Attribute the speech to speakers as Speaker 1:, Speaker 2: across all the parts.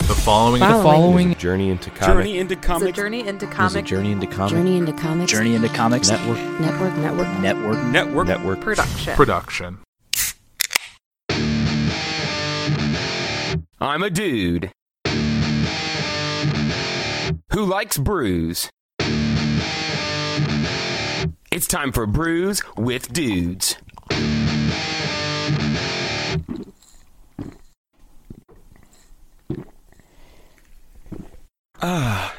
Speaker 1: The following
Speaker 2: The following
Speaker 3: Journey into Comic.
Speaker 4: Journey into
Speaker 5: It's a
Speaker 4: Comics
Speaker 5: journey into
Speaker 6: Is
Speaker 5: comic
Speaker 6: it Journey into Comic
Speaker 7: Journey into Comics.
Speaker 8: Journey into Comics
Speaker 6: Network?
Speaker 7: Network. Network.
Speaker 8: Network.
Speaker 4: Network.
Speaker 3: Network.
Speaker 5: production.
Speaker 1: production.
Speaker 9: I'm a dude who likes brews. It's time for Brews with Dudes. Ah,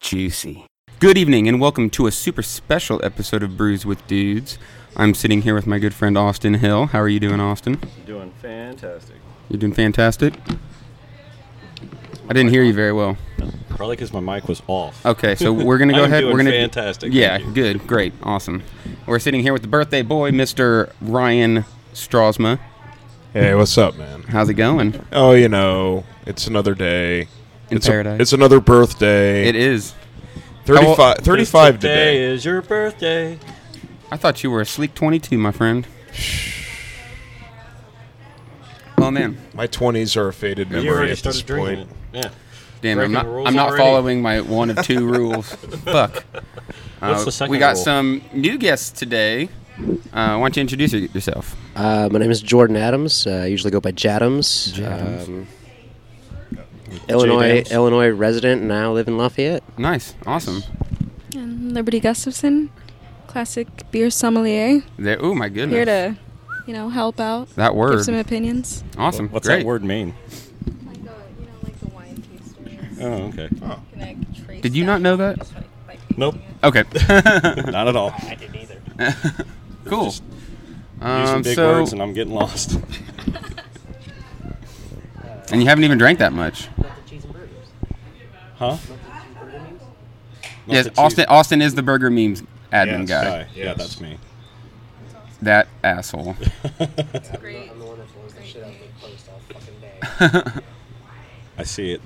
Speaker 9: juicy.
Speaker 10: Good evening, and welcome to a super special episode of Brews with Dudes. I'm sitting here with my good friend Austin Hill. How are you doing, Austin?
Speaker 3: Doing fantastic.
Speaker 10: You're doing fantastic. I didn't hear you very well.
Speaker 3: Probably because my mic was off.
Speaker 10: Okay, so we're gonna go
Speaker 3: I'm
Speaker 10: ahead.
Speaker 3: doing
Speaker 10: we're gonna
Speaker 3: fantastic,
Speaker 10: Yeah,
Speaker 3: thank you.
Speaker 10: good, great, awesome. We're sitting here with the birthday boy, Mr. Ryan Strasma.
Speaker 11: Hey, what's up, man?
Speaker 10: How's it going?
Speaker 11: Oh, you know, it's another day.
Speaker 10: In
Speaker 11: it's a-
Speaker 10: paradise.
Speaker 11: it's another birthday.
Speaker 10: It is.
Speaker 11: 35,
Speaker 10: How ol-
Speaker 11: 35
Speaker 3: today
Speaker 11: today.
Speaker 3: is your birthday.
Speaker 10: I thought you were a sleek 22, my friend. Oh man.
Speaker 11: My 20s are a faded
Speaker 3: You
Speaker 11: memory
Speaker 3: already
Speaker 11: at this
Speaker 3: started
Speaker 11: point.
Speaker 3: drinking it. Yeah.
Speaker 10: Damn,
Speaker 3: Breaking
Speaker 10: I'm not,
Speaker 3: the rules
Speaker 10: I'm not
Speaker 3: already.
Speaker 10: following my one of two rules. Fuck.
Speaker 3: What's
Speaker 10: Uh,
Speaker 3: the second
Speaker 10: we got
Speaker 3: rule?
Speaker 10: some new guests today. Uh, why don't you introduce y- yourself?
Speaker 8: Uh, my name is Jordan Adams. Uh, I usually go by Jadams.
Speaker 10: Jadams.
Speaker 8: Um, Illinois,
Speaker 11: J-Dams.
Speaker 8: Illinois resident, and now live in Lafayette.
Speaker 10: Nice, awesome.
Speaker 12: And Liberty Gustafson, classic beer sommelier,
Speaker 10: There, oh my goodness,
Speaker 12: here to, you know, help out,
Speaker 10: that word,
Speaker 12: give some opinions.
Speaker 10: awesome.
Speaker 3: What's
Speaker 10: Great.
Speaker 3: that word mean?
Speaker 12: Like the, you know, like the wine tasters.
Speaker 3: Oh, okay.
Speaker 10: Did you not know that?
Speaker 3: Nope,
Speaker 10: Okay,
Speaker 3: not at all.
Speaker 10: cool.
Speaker 3: Use some
Speaker 10: Um,
Speaker 3: big
Speaker 10: so,
Speaker 3: words and I'm getting lost.
Speaker 10: and you haven't even drank that much.
Speaker 3: Huh?
Speaker 10: yes, Austin. Austin is the burger memes admin
Speaker 3: Yes,
Speaker 10: guy.
Speaker 3: sorry. Yeah, that's me.
Speaker 10: That asshole.
Speaker 12: Great.
Speaker 3: I see it.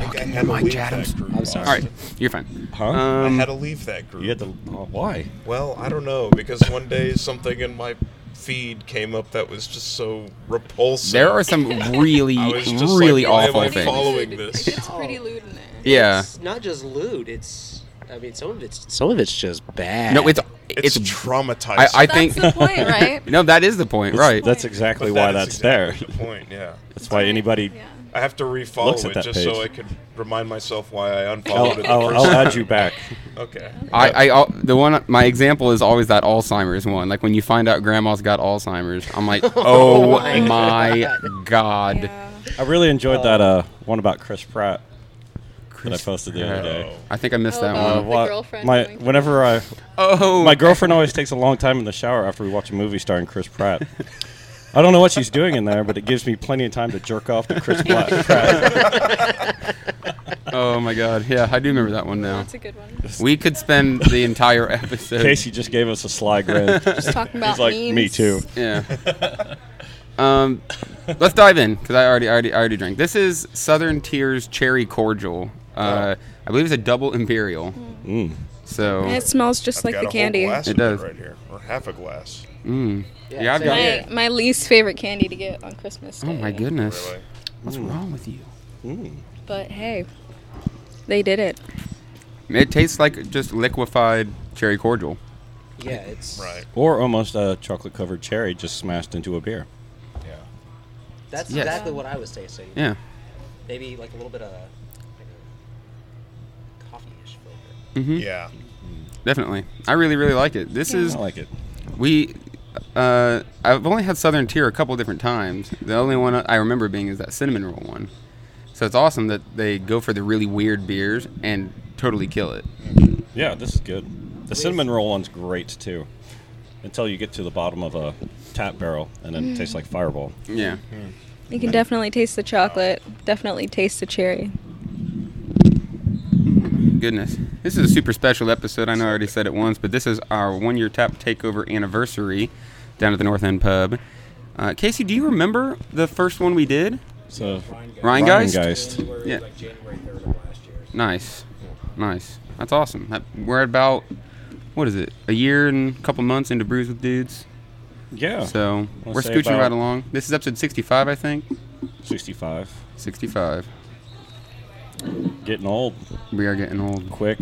Speaker 8: I'm sorry.
Speaker 10: All right, you're fine.
Speaker 3: Huh?
Speaker 11: I
Speaker 10: Um,
Speaker 11: had to leave that group.
Speaker 3: you had to. oh, why?
Speaker 11: Well, I don't know, because one day something in my feed came up that was just so repulsive.
Speaker 10: there are some really,
Speaker 11: I was just
Speaker 10: really
Speaker 11: like, why am
Speaker 10: awful
Speaker 11: I
Speaker 10: things.
Speaker 11: following this?
Speaker 12: It's pretty lewd in there.
Speaker 10: Yeah.
Speaker 8: It's not just lewd. It's I mean, some of it's some of it's just bad.
Speaker 10: No, it's
Speaker 11: It's,
Speaker 10: it's.
Speaker 11: traumatizing.
Speaker 10: I, I
Speaker 12: That's
Speaker 10: think
Speaker 12: the point, right?
Speaker 10: no, that is the point, right?
Speaker 3: That's exactly
Speaker 11: But
Speaker 3: why
Speaker 11: that
Speaker 3: that's
Speaker 11: is exactly
Speaker 3: there.
Speaker 11: The point, yeah.
Speaker 3: That's why anybody.
Speaker 12: Yeah.
Speaker 11: I have to refollow
Speaker 3: Looks at
Speaker 11: it
Speaker 3: that
Speaker 11: just so I
Speaker 3: page.
Speaker 11: could remind myself why I unfollowed it.
Speaker 3: I'll, I'll,
Speaker 11: the first
Speaker 3: I'll
Speaker 11: time.
Speaker 3: add you back.
Speaker 11: Okay.
Speaker 10: I, I al- the one my example is always that Alzheimer's one. Like when you find out grandma's got Alzheimer's, I'm like, oh
Speaker 8: my
Speaker 10: my god.
Speaker 12: Yeah.
Speaker 3: I really enjoyed that uh, one about Chris Pratt
Speaker 10: Chris
Speaker 3: that I posted the other
Speaker 10: Pratt.
Speaker 3: day. Uh,
Speaker 10: I think I missed
Speaker 12: Oh,
Speaker 10: that
Speaker 12: no.
Speaker 10: one.
Speaker 12: The
Speaker 3: Wha-
Speaker 12: girlfriend
Speaker 3: my
Speaker 12: going-
Speaker 3: whenever I
Speaker 10: Oh,
Speaker 3: my girlfriend always takes a long time in the shower after we watch a movie starring Chris Pratt. I don't know what she's doing in there, but it gives me plenty of time to jerk off to Chris Pratt. Pratt.
Speaker 10: oh my god. Yeah, I do remember that one now.
Speaker 12: That's a good one.
Speaker 10: We could spend the entire episode.
Speaker 3: Casey just gave us a sly grin.
Speaker 12: Just talking about
Speaker 3: He's like,
Speaker 12: memes.
Speaker 3: me too.
Speaker 10: Yeah. um, let's dive in because I already, I already, I already drank. This is Southern Tears Cherry Cordial. Uh,
Speaker 8: Oh.
Speaker 10: I believe it's a double imperial.
Speaker 3: Mm.
Speaker 10: So
Speaker 12: And it smells just
Speaker 11: I've
Speaker 12: like
Speaker 11: got a
Speaker 12: the
Speaker 11: whole
Speaker 12: candy.
Speaker 11: glass
Speaker 10: It
Speaker 11: of
Speaker 10: does.
Speaker 11: right here, or half a glass.
Speaker 10: Yeah, I've
Speaker 8: same
Speaker 10: got-
Speaker 8: here.
Speaker 12: My, my least favorite candy to get on Christmas.
Speaker 10: Oh my
Speaker 12: Day.
Speaker 10: goodness.
Speaker 11: Really.
Speaker 10: What's
Speaker 8: Mm.
Speaker 10: wrong with you?
Speaker 12: But hey, they did it.
Speaker 10: It tastes like just liquefied cherry cordial.
Speaker 8: yeah, it's
Speaker 11: Right.
Speaker 3: Or almost a chocolate covered cherry just smashed into a beer.
Speaker 11: Yeah.
Speaker 8: That's
Speaker 10: Yes.
Speaker 8: exactly what I was tasting.
Speaker 10: Yeah.
Speaker 8: Maybe like a little bit of like a coffee-ish flavor.
Speaker 10: Mm-hmm.
Speaker 11: Yeah.
Speaker 10: Definitely. I really, really like it. This
Speaker 3: I
Speaker 10: is
Speaker 3: like it.
Speaker 10: we. Uh, I've only had Southern Tier a couple different times. The only one I remember being is that cinnamon roll one. So it's awesome that they go for the really weird beers and totally kill it.
Speaker 3: Yeah, this is good. The cinnamon roll one's great too. Until you get to the bottom of a tap barrel and then it tastes like fireball.
Speaker 10: Yeah.
Speaker 12: You can definitely taste the chocolate. Definitely taste the cherry.
Speaker 10: goodness. This is a super special episode. I know I already said it once, but this is our one year tap takeover anniversary down at the North End Pub. Uh, Casey, do you remember the first one we did?
Speaker 3: So
Speaker 10: Ryan Geist?
Speaker 3: Geist.
Speaker 10: Yeah. Nice. Nice. That's awesome. That- We're about, what is it, a year and a couple months into Brews with Dudes.
Speaker 3: Yeah.
Speaker 10: So
Speaker 3: Let's
Speaker 10: we're
Speaker 3: say
Speaker 10: scooching
Speaker 3: about-
Speaker 10: right along. This is episode 65, I think.
Speaker 3: 65.
Speaker 10: 65.
Speaker 3: Getting old
Speaker 10: We are getting old.
Speaker 3: quick.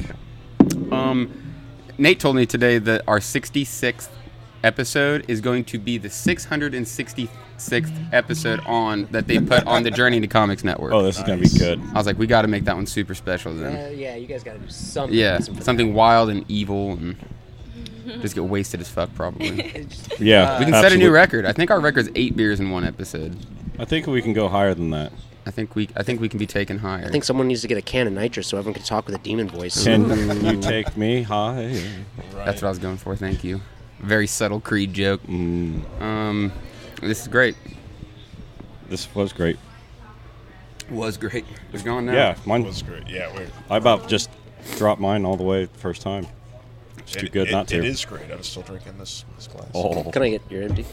Speaker 10: Um, Nate told me today that our 66th episode is going to be the 666th episode on that they put on the Journey to Comics Network.
Speaker 3: Oh, this is going to be good.
Speaker 10: I was like, we got to make that one super special
Speaker 8: Uh,
Speaker 10: then.
Speaker 8: yeah, you guys gotta do something.
Speaker 10: Yeah,
Speaker 8: awesome for
Speaker 10: something wild and evil and just get wasted as fuck probably. we
Speaker 8: that. It's-
Speaker 3: Yeah.
Speaker 10: can set a new record. I think our record's eight beers in one episode.
Speaker 3: I think we can go higher than that.
Speaker 10: I think we I think we can be taken higher.
Speaker 8: I think someone needs to get a can of nitrous so everyone can talk with a demon voice.
Speaker 3: Can you take me high?
Speaker 10: That's what I was going for. Thank you. Very subtle Creed joke.
Speaker 3: Mm.
Speaker 10: Um, this is great.
Speaker 3: This was great.
Speaker 10: Was great. It's gone now.
Speaker 3: Yeah, mine
Speaker 11: was great. Yeah, we're,
Speaker 3: I about just dropped mine all the way first time. It's too
Speaker 11: it-
Speaker 3: good
Speaker 11: it-
Speaker 3: not to.
Speaker 11: It is great. I was still drinking this, this glass.
Speaker 3: Oh,
Speaker 8: Can I get your empty?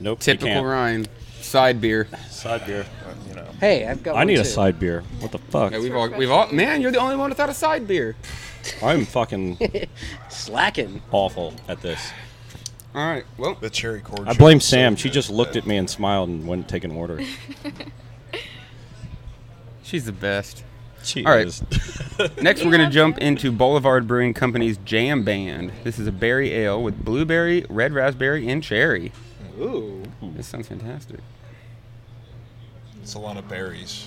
Speaker 3: nope. you
Speaker 10: Typical
Speaker 3: can't.
Speaker 10: Ryan. Side beer.
Speaker 3: Side beer.
Speaker 11: Uh, you know,
Speaker 8: Hey, I've got.
Speaker 3: I
Speaker 8: one
Speaker 3: need a
Speaker 8: too.
Speaker 3: side beer. What the fuck?
Speaker 10: Yeah, we've all, we've all, man, you're the only one without a side beer.
Speaker 3: I'm fucking
Speaker 8: Slacking.
Speaker 3: awful at this.
Speaker 10: All right. Well,
Speaker 11: the cherry cordial.
Speaker 3: I blame
Speaker 11: is so
Speaker 3: Sam. She
Speaker 11: good
Speaker 3: just looked
Speaker 11: that-
Speaker 3: at me and smiled and wouldn't take an order.
Speaker 10: she's the best.
Speaker 3: She
Speaker 10: All right.
Speaker 3: is.
Speaker 10: Next, we're going to jump into Boulevard Brewing Company's Jam Band. This is a berry ale with blueberry, red raspberry, and cherry.
Speaker 8: Ooh.
Speaker 10: This sounds fantastic.
Speaker 11: It's a lot of berries.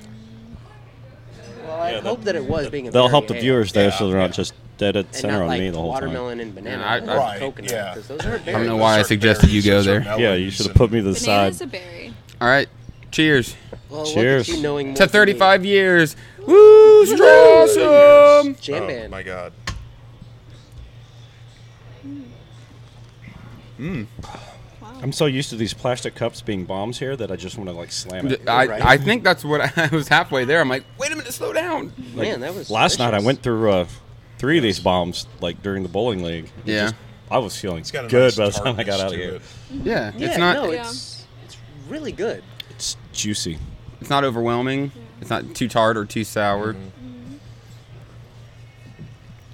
Speaker 8: Well, I
Speaker 3: that-
Speaker 8: hope that it was being. A
Speaker 3: They'll
Speaker 8: very
Speaker 3: help the
Speaker 8: ale.
Speaker 3: viewers there so they're
Speaker 11: Yeah,
Speaker 3: not just dead at
Speaker 8: And
Speaker 3: center
Speaker 8: not
Speaker 3: on
Speaker 8: like
Speaker 3: me the whole time.
Speaker 8: watermelon and banana.
Speaker 10: I-
Speaker 8: or
Speaker 10: Right,
Speaker 8: coconut,
Speaker 11: yeah.
Speaker 8: 'cause those are
Speaker 10: I don't know
Speaker 8: berries.
Speaker 10: why I
Speaker 11: Those are
Speaker 10: suggested you
Speaker 11: berries,
Speaker 10: go
Speaker 11: those are
Speaker 3: Yeah, you
Speaker 11: melons
Speaker 3: should have
Speaker 11: and-
Speaker 3: put me to the side.
Speaker 12: Banana's a berry.
Speaker 10: All right. Cheers
Speaker 8: Well, look at
Speaker 3: Cheers.
Speaker 8: you knowing more
Speaker 10: to
Speaker 8: than me.
Speaker 10: 35 years. Woo! Strawsome!
Speaker 8: Jam
Speaker 11: oh,
Speaker 8: band.
Speaker 11: my god.
Speaker 3: I'm so used to these plastic cups being bombs here that I just want to like slam
Speaker 10: D-
Speaker 3: it.
Speaker 8: Right.
Speaker 10: I, I think that's what I, was halfway there. I'm like, wait a minute, slow down.
Speaker 3: Like,
Speaker 8: Man, that was
Speaker 3: last night. I
Speaker 8: delicious.
Speaker 3: went through uh, three of these bombs like during the bowling league. It
Speaker 10: Yeah.
Speaker 3: just- I was feeling
Speaker 11: It's got a
Speaker 3: good
Speaker 11: nice
Speaker 3: by the time I
Speaker 11: tartness
Speaker 3: got out of
Speaker 11: to
Speaker 3: here.
Speaker 11: it.
Speaker 10: Yeah,
Speaker 8: Yeah,
Speaker 10: it's not
Speaker 8: No,
Speaker 12: Yeah.
Speaker 8: it's it's really good.
Speaker 3: It's juicy.
Speaker 10: it's not overwhelming. It's not too tart or too sour.
Speaker 8: Mm-hmm.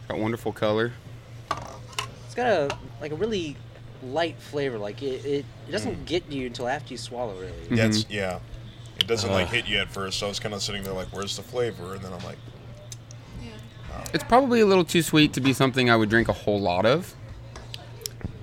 Speaker 10: Got wonderful color.
Speaker 8: It's got a like a really light flavor. Like it, it, it doesn't get you until after you swallow. Really.
Speaker 3: Mm.
Speaker 10: Mm-hmm.
Speaker 11: Yeah, it's, yeah. It doesn't like hit you at first, so I was kind of sitting there like, "Where's the flavor?" And then I'm like,
Speaker 10: It's probably a little too sweet to be something I would drink a whole lot of.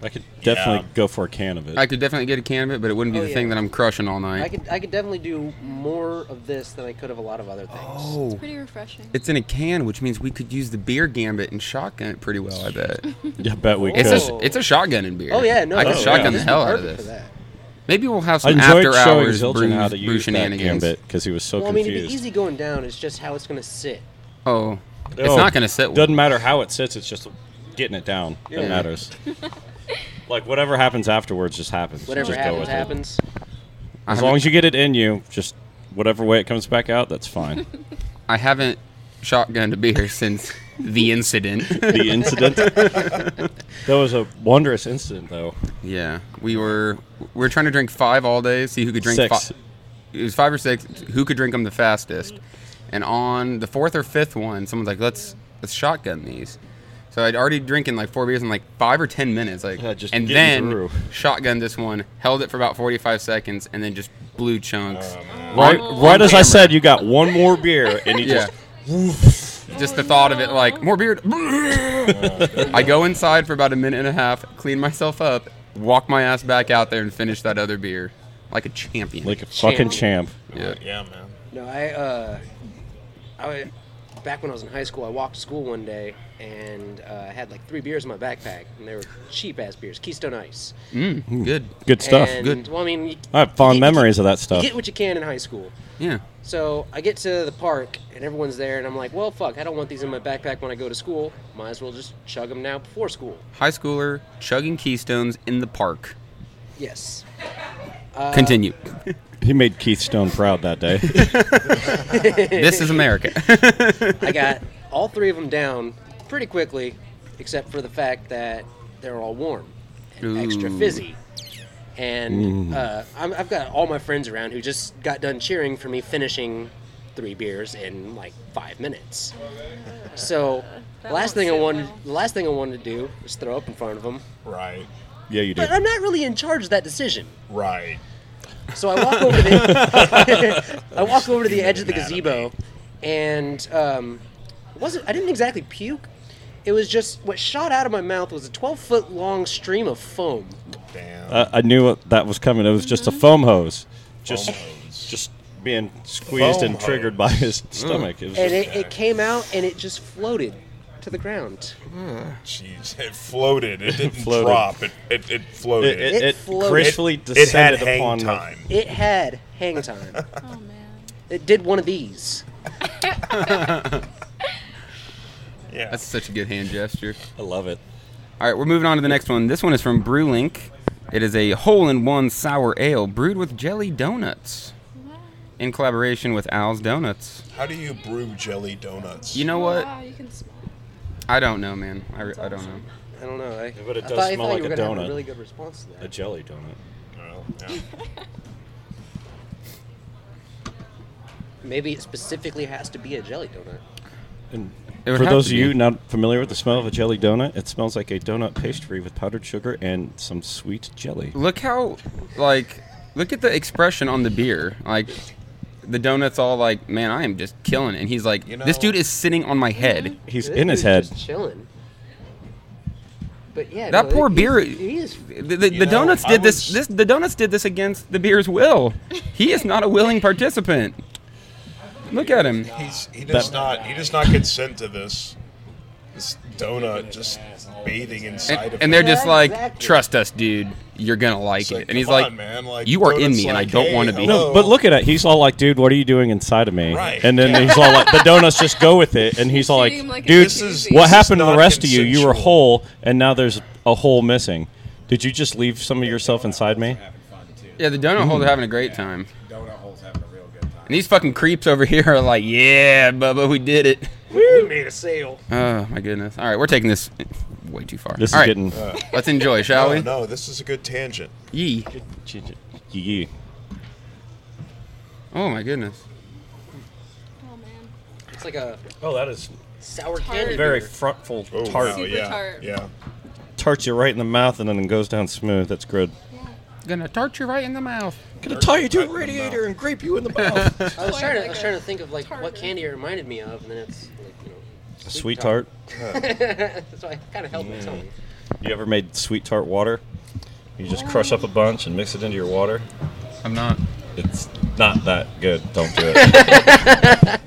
Speaker 3: I could definitely
Speaker 11: Yeah.
Speaker 3: go for a can of it.
Speaker 10: I could definitely get a can of it, but it wouldn't be
Speaker 8: Oh,
Speaker 10: the
Speaker 8: yeah.
Speaker 10: thing that I'm crushing all
Speaker 8: I
Speaker 10: night.
Speaker 8: could I could definitely do more of this than I could of a lot of other things.
Speaker 10: oh,
Speaker 12: Pretty refreshing.
Speaker 10: it's in a can, which means we could use the beer gambit and shotgun it pretty well. I bet
Speaker 3: I bet we could.
Speaker 10: it's
Speaker 8: Oh.
Speaker 10: a it's a shotgun in beer.
Speaker 8: Oh yeah, no.
Speaker 10: I could
Speaker 8: this-
Speaker 10: shotgun
Speaker 8: this is
Speaker 10: the hell out of
Speaker 8: perfect for
Speaker 10: this.
Speaker 8: that.
Speaker 10: Maybe we'll have
Speaker 3: I
Speaker 10: some
Speaker 3: enjoyed
Speaker 10: after
Speaker 3: showing
Speaker 10: hours
Speaker 3: Zilton
Speaker 10: brew,
Speaker 3: how to
Speaker 10: brew
Speaker 3: use that
Speaker 10: shenanigans.
Speaker 3: gambit because he was so
Speaker 8: Well, I mean, it'd
Speaker 3: confused.
Speaker 8: be easy going down. It's just how it's gonna sit.
Speaker 10: Oh, it's
Speaker 3: Oh,
Speaker 10: not going to sit well.
Speaker 3: Doesn't matter how it sits. It's just getting it down that
Speaker 8: Yeah.
Speaker 3: matters. like whatever happens afterwards, just happens.
Speaker 8: Whatever
Speaker 3: just go
Speaker 8: happens,
Speaker 3: with It.
Speaker 8: happens.
Speaker 10: I
Speaker 3: As
Speaker 10: haven't-
Speaker 3: long as you get it in you, just whatever way it comes back out, that's fine.
Speaker 10: I haven't shotgunned a beer since the incident.
Speaker 3: the incident. that was a wondrous incident, though.
Speaker 10: yeah, we were we were trying to drink five all day, see who could drink
Speaker 3: Six.
Speaker 10: fi- It was five or six. Who could drink them the fastest? And on the fourth or fifth one, someone's like, "Let's let's shotgun these." So I'd already drinking like four beers in like five or ten minutes, like,
Speaker 3: Yeah, just
Speaker 10: and
Speaker 3: getting
Speaker 10: then
Speaker 3: through.
Speaker 10: shotgun this one, held it for about forty-five seconds, and then just blew chunks.
Speaker 3: Right,
Speaker 10: On-
Speaker 3: right
Speaker 10: on
Speaker 3: as I
Speaker 10: camera.
Speaker 3: said, you got one more beer, and you
Speaker 10: Yeah.
Speaker 3: just
Speaker 10: Just the thought of it, like more beard. I go inside for about a minute and a half, clean myself up, walk my ass back out there, and finish that other beer like a champion.
Speaker 3: like a fucking champ.
Speaker 10: yeah.
Speaker 11: "Yeah, man."
Speaker 8: No, I uh, I wa- back when I was in high school, I walked to school one day and uh, I had like three beers in my backpack, and they were cheap ass beers, Keystone Ice.
Speaker 10: Mm, good.
Speaker 3: Good stuff.
Speaker 8: And,
Speaker 10: Good.
Speaker 8: Well, I mean, you,
Speaker 3: I have fond
Speaker 8: you-
Speaker 3: memories of that
Speaker 8: You
Speaker 3: stuff.
Speaker 8: get what you can in high school.
Speaker 10: Yeah.
Speaker 8: So I get to the park and everyone's there, and I'm like, well, fuck, I don't want these in my backpack when I go to school. Might as well just chug them now before school.
Speaker 10: High schooler chugging keystones in the park.
Speaker 8: Yes.
Speaker 10: Continue.
Speaker 3: He made Keith Stone proud that day.
Speaker 10: this is America.
Speaker 8: I got all three of them down pretty quickly, except for the fact that they're all warm and extra
Speaker 10: Ooh.
Speaker 8: fizzy. And uh, I'm, I've got all my friends around who just got done cheering for me finishing three beers in like five minutes. So,
Speaker 12: That
Speaker 8: last
Speaker 12: won't
Speaker 8: thing I
Speaker 12: sit
Speaker 8: wanted,
Speaker 12: well.
Speaker 8: the last thing I wanted to do was throw up in front of them.
Speaker 11: Right.
Speaker 3: Yeah, you do.
Speaker 8: But I'm not really in charge of that decision.
Speaker 11: Right.
Speaker 8: So I walk over to the I walk over to the edge of the gazebo, and um, wasn't I didn't exactly puke. It was just what shot out of my mouth was a 12 foot long stream of foam.
Speaker 11: Damn.
Speaker 3: I, I knew what that was coming. It was just a
Speaker 8: Mm-hmm.
Speaker 3: foam hose, just
Speaker 11: Almost.
Speaker 3: just being squeezed
Speaker 11: Foam
Speaker 3: and triggered by his
Speaker 11: Mm.
Speaker 3: stomach. It was
Speaker 8: And
Speaker 3: just-
Speaker 8: it, it came out and it just floated to the ground.
Speaker 11: Jeez, it floated. It didn't
Speaker 3: floated.
Speaker 11: drop. It it, it
Speaker 3: it,
Speaker 11: floated.
Speaker 3: it,
Speaker 8: it
Speaker 3: it
Speaker 8: floated.
Speaker 3: gracefully
Speaker 11: it had
Speaker 3: descended
Speaker 11: hang
Speaker 3: upon the-
Speaker 11: time.
Speaker 8: It had hang time.
Speaker 12: Oh man.
Speaker 8: It did one of these.
Speaker 11: Yeah.
Speaker 10: That's such a good hand gesture.
Speaker 3: I love it.
Speaker 10: All right, we're moving on to the next one. This one is from Brewlink. It is a hole-in-one sour ale brewed with jelly donuts in collaboration with Al's Donuts.
Speaker 11: How do you brew jelly donuts?
Speaker 10: You know what?
Speaker 12: Wow, you can smell.
Speaker 10: I don't know, man. I, re- I don't know.
Speaker 8: I don't know. I,
Speaker 3: but it
Speaker 8: I
Speaker 3: does
Speaker 8: thought, I
Speaker 3: smell
Speaker 8: thought
Speaker 3: like
Speaker 8: you
Speaker 3: a
Speaker 8: were gonna Have
Speaker 3: donut.
Speaker 8: a really good response to that.
Speaker 3: A jelly donut.
Speaker 11: Well, yeah.
Speaker 8: Maybe it specifically has to be a jelly donut.
Speaker 3: And
Speaker 10: It would
Speaker 3: for
Speaker 10: have
Speaker 3: those of
Speaker 10: to
Speaker 3: you
Speaker 10: be.
Speaker 3: not familiar with the smell of a jelly donut, it smells like a donut pastry with powdered sugar and some sweet jelly.
Speaker 10: Look how, like, look at the expression on the beer. Like, the donut's all like, man, I am just killing it. And he's like,
Speaker 11: You
Speaker 10: this
Speaker 11: know-
Speaker 10: dude is sitting on my head.
Speaker 3: He's
Speaker 8: This
Speaker 3: in his
Speaker 8: dude's
Speaker 3: head.
Speaker 8: Just chilling. But yeah,
Speaker 10: That
Speaker 8: no,
Speaker 10: poor
Speaker 8: he's-
Speaker 10: beer-
Speaker 8: He's,
Speaker 10: The, the,
Speaker 11: You
Speaker 10: the
Speaker 11: know,
Speaker 10: donuts
Speaker 11: I
Speaker 10: did this,
Speaker 11: was-
Speaker 10: this. The donuts did this against the beer's will. He is not a willing participant. Look at him.
Speaker 11: He's he does
Speaker 3: That-
Speaker 11: not he does not consent to this. This donut just bathing inside
Speaker 10: And,
Speaker 11: of
Speaker 10: and
Speaker 11: him.
Speaker 10: they're just like,
Speaker 8: Exactly.
Speaker 10: trust us, dude. You're gonna like
Speaker 11: It's
Speaker 10: it.
Speaker 11: like,
Speaker 10: and he's
Speaker 11: "Come
Speaker 10: like,
Speaker 11: on, man, like,
Speaker 10: you are in
Speaker 11: donut's
Speaker 10: me, and I
Speaker 11: like,
Speaker 10: don't
Speaker 11: hey,
Speaker 10: want to be.
Speaker 11: hello.
Speaker 3: But look at it. He's all like, dude, what are you doing inside of me?
Speaker 11: Right.
Speaker 3: And then he's all like, the donuts just go with it. And he's all like,
Speaker 12: Treating him like a
Speaker 3: dude,
Speaker 12: This
Speaker 11: is-
Speaker 3: what
Speaker 11: this
Speaker 3: happened to
Speaker 11: is
Speaker 3: the
Speaker 11: not
Speaker 3: rest of you? You were
Speaker 11: consensual."
Speaker 3: whole, and now there's a hole missing. Did you just leave some of yourself inside me?
Speaker 10: Yeah, the donut holes are having a great time. Donut holes having a real good time. And these fucking creeps over here are like, yeah, Bubba, we did it.
Speaker 8: we made a sale.
Speaker 10: Oh my goodness. All right, we're taking this way too far.
Speaker 3: This
Speaker 10: All
Speaker 3: is
Speaker 10: right,
Speaker 3: getting.
Speaker 10: Let's enjoy, shall
Speaker 11: Oh
Speaker 10: we?
Speaker 11: no, this is a good tangent.
Speaker 10: Yee.
Speaker 3: Yee.
Speaker 10: Oh my goodness.
Speaker 12: Oh man.
Speaker 8: It's like a
Speaker 3: Oh, that is
Speaker 8: sour
Speaker 12: Tart.
Speaker 8: candy.
Speaker 3: very
Speaker 8: beer.
Speaker 3: frontful
Speaker 11: Oh,
Speaker 3: tart.
Speaker 11: wow,
Speaker 12: Super
Speaker 11: yeah,
Speaker 12: tart.
Speaker 11: yeah.
Speaker 3: Tarts you right in the mouth, and then it goes down smooth. That's good.
Speaker 10: Gonna tart you right in the mouth.
Speaker 3: Gonna tie you to a
Speaker 11: radiator
Speaker 3: and grape you in the mouth.
Speaker 8: I was
Speaker 12: Quite
Speaker 8: trying to, I
Speaker 12: like
Speaker 8: was
Speaker 12: a
Speaker 8: trying to think of like what
Speaker 12: tartar.
Speaker 8: candy it reminded me of, and then it's like you know,
Speaker 3: Sweet tart.
Speaker 8: so I kind of held my tongue.
Speaker 3: You ever made sweet tart water? You just crush up a bunch and mix it into your water.
Speaker 10: I'm not.
Speaker 3: It's not that good. Don't do it.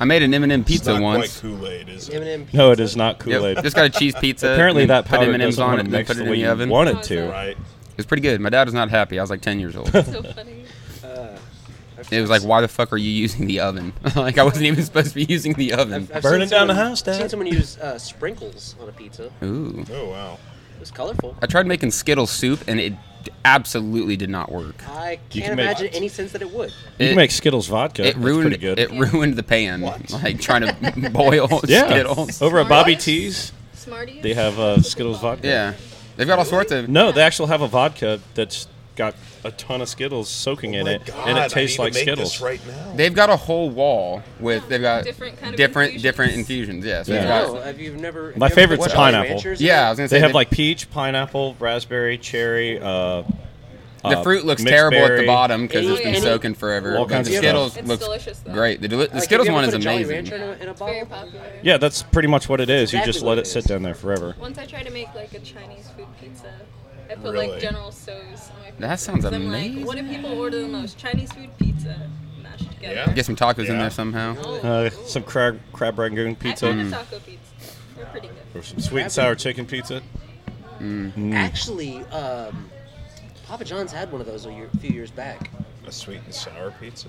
Speaker 10: I made an M&M
Speaker 11: It's
Speaker 10: pizza
Speaker 11: not
Speaker 10: once.
Speaker 11: quite Kool-Aid, is it?
Speaker 8: M&M.
Speaker 3: no, it is not Kool Aid.
Speaker 10: Yep, just got a cheese pizza.
Speaker 3: Apparently,
Speaker 10: and
Speaker 3: that
Speaker 10: put
Speaker 3: powder
Speaker 10: M&Ms
Speaker 3: doesn't
Speaker 10: on
Speaker 3: want to
Speaker 10: it and then
Speaker 3: mix
Speaker 10: put
Speaker 3: the
Speaker 10: it in
Speaker 3: way
Speaker 10: the
Speaker 3: you
Speaker 10: oven.
Speaker 3: want it
Speaker 12: Oh, is
Speaker 3: to.
Speaker 12: that-
Speaker 11: Right.
Speaker 10: It's pretty good. My dad was not happy. I was like 10 years old.
Speaker 12: So funny.
Speaker 10: It was like, why the fuck are you using the oven? like I wasn't even supposed to be using the oven.
Speaker 8: I've
Speaker 3: Burning
Speaker 8: seen
Speaker 3: down the
Speaker 8: someone-
Speaker 3: house,
Speaker 8: Seen
Speaker 3: Dad.
Speaker 8: someone use uh, sprinkles on a pizza.
Speaker 10: Ooh.
Speaker 11: Oh wow.
Speaker 8: It was colorful.
Speaker 10: I tried making Skittle soup and it d- absolutely did not work.
Speaker 8: I
Speaker 3: You
Speaker 8: can't
Speaker 3: can make-
Speaker 8: imagine any sense that it would.
Speaker 3: You
Speaker 10: It-
Speaker 3: can make Skittles vodka.
Speaker 10: It ruined
Speaker 3: That's pretty good.
Speaker 10: it ruined the pan. Like trying to boil
Speaker 3: yeah.
Speaker 10: Skittles.
Speaker 3: Over at Bobby
Speaker 12: Smarties?
Speaker 3: T's,
Speaker 12: Smarties.
Speaker 3: they have uh, Skittles vodka.
Speaker 10: Yeah. They've got all sorts of
Speaker 3: No, they actually have a vodka that's got a ton of Skittles soaking in
Speaker 11: Oh My
Speaker 3: it,
Speaker 11: God,
Speaker 3: and it
Speaker 11: I
Speaker 3: tastes
Speaker 11: need to
Speaker 3: like
Speaker 11: make
Speaker 3: Skittles.
Speaker 11: This right now.
Speaker 10: They've got a whole wall with they've got
Speaker 12: Different kind of
Speaker 10: different
Speaker 12: infusions.
Speaker 10: different infusions. Yeah, so
Speaker 3: Yeah.
Speaker 10: they've
Speaker 8: No,
Speaker 10: got,
Speaker 8: have you never?
Speaker 3: My
Speaker 8: have you ever
Speaker 3: favorite's
Speaker 8: put
Speaker 10: a
Speaker 8: Jolly
Speaker 3: pineapple.
Speaker 8: Ranchers in
Speaker 10: yeah. I
Speaker 8: it?
Speaker 10: was gonna say
Speaker 3: They have
Speaker 10: the-
Speaker 3: like peach, pineapple, raspberry, cherry. Uh,
Speaker 10: the fruit looks
Speaker 3: mixed
Speaker 10: terrible at
Speaker 3: berry.
Speaker 10: the bottom because
Speaker 8: Any-
Speaker 10: it's been
Speaker 8: any-
Speaker 10: soaking forever.
Speaker 3: All
Speaker 10: but
Speaker 3: kinds
Speaker 10: the
Speaker 3: of
Speaker 10: Skittles
Speaker 12: stuff. It's
Speaker 10: looks
Speaker 12: delicious, though.
Speaker 10: great. The, deli- the
Speaker 8: Like,
Speaker 10: Skittles
Speaker 8: have you ever
Speaker 10: one is
Speaker 8: put a Jolly Rancher
Speaker 10: amazing.
Speaker 8: in a, in a bottle?
Speaker 12: Very popular.
Speaker 3: yeah, that's pretty much what it is. you
Speaker 8: Exactly
Speaker 3: just
Speaker 8: what
Speaker 3: let
Speaker 8: it
Speaker 3: it sit
Speaker 8: is.
Speaker 3: down there forever.
Speaker 12: Once I tried to make like a Chinese food pizza, I put
Speaker 11: Really?
Speaker 12: like General So's on my pizza.
Speaker 10: That sounds
Speaker 12: 'Cause I'm
Speaker 10: amazing.
Speaker 12: like, what do people order the most? Chinese food pizza mashed together.
Speaker 11: Yeah.
Speaker 10: Get some tacos in
Speaker 11: Yeah.
Speaker 10: there somehow.
Speaker 12: Oh,
Speaker 3: Uh,
Speaker 12: cool.
Speaker 3: some crab, crab rangoon
Speaker 12: I
Speaker 3: pizza,
Speaker 10: Mm.
Speaker 12: found a taco pizza. They're pretty good.
Speaker 3: or some sweet and sour chicken pizza. Mm.
Speaker 8: Actually, um, Papa John's had one of those a year- few years back.
Speaker 11: A sweet and sour pizza.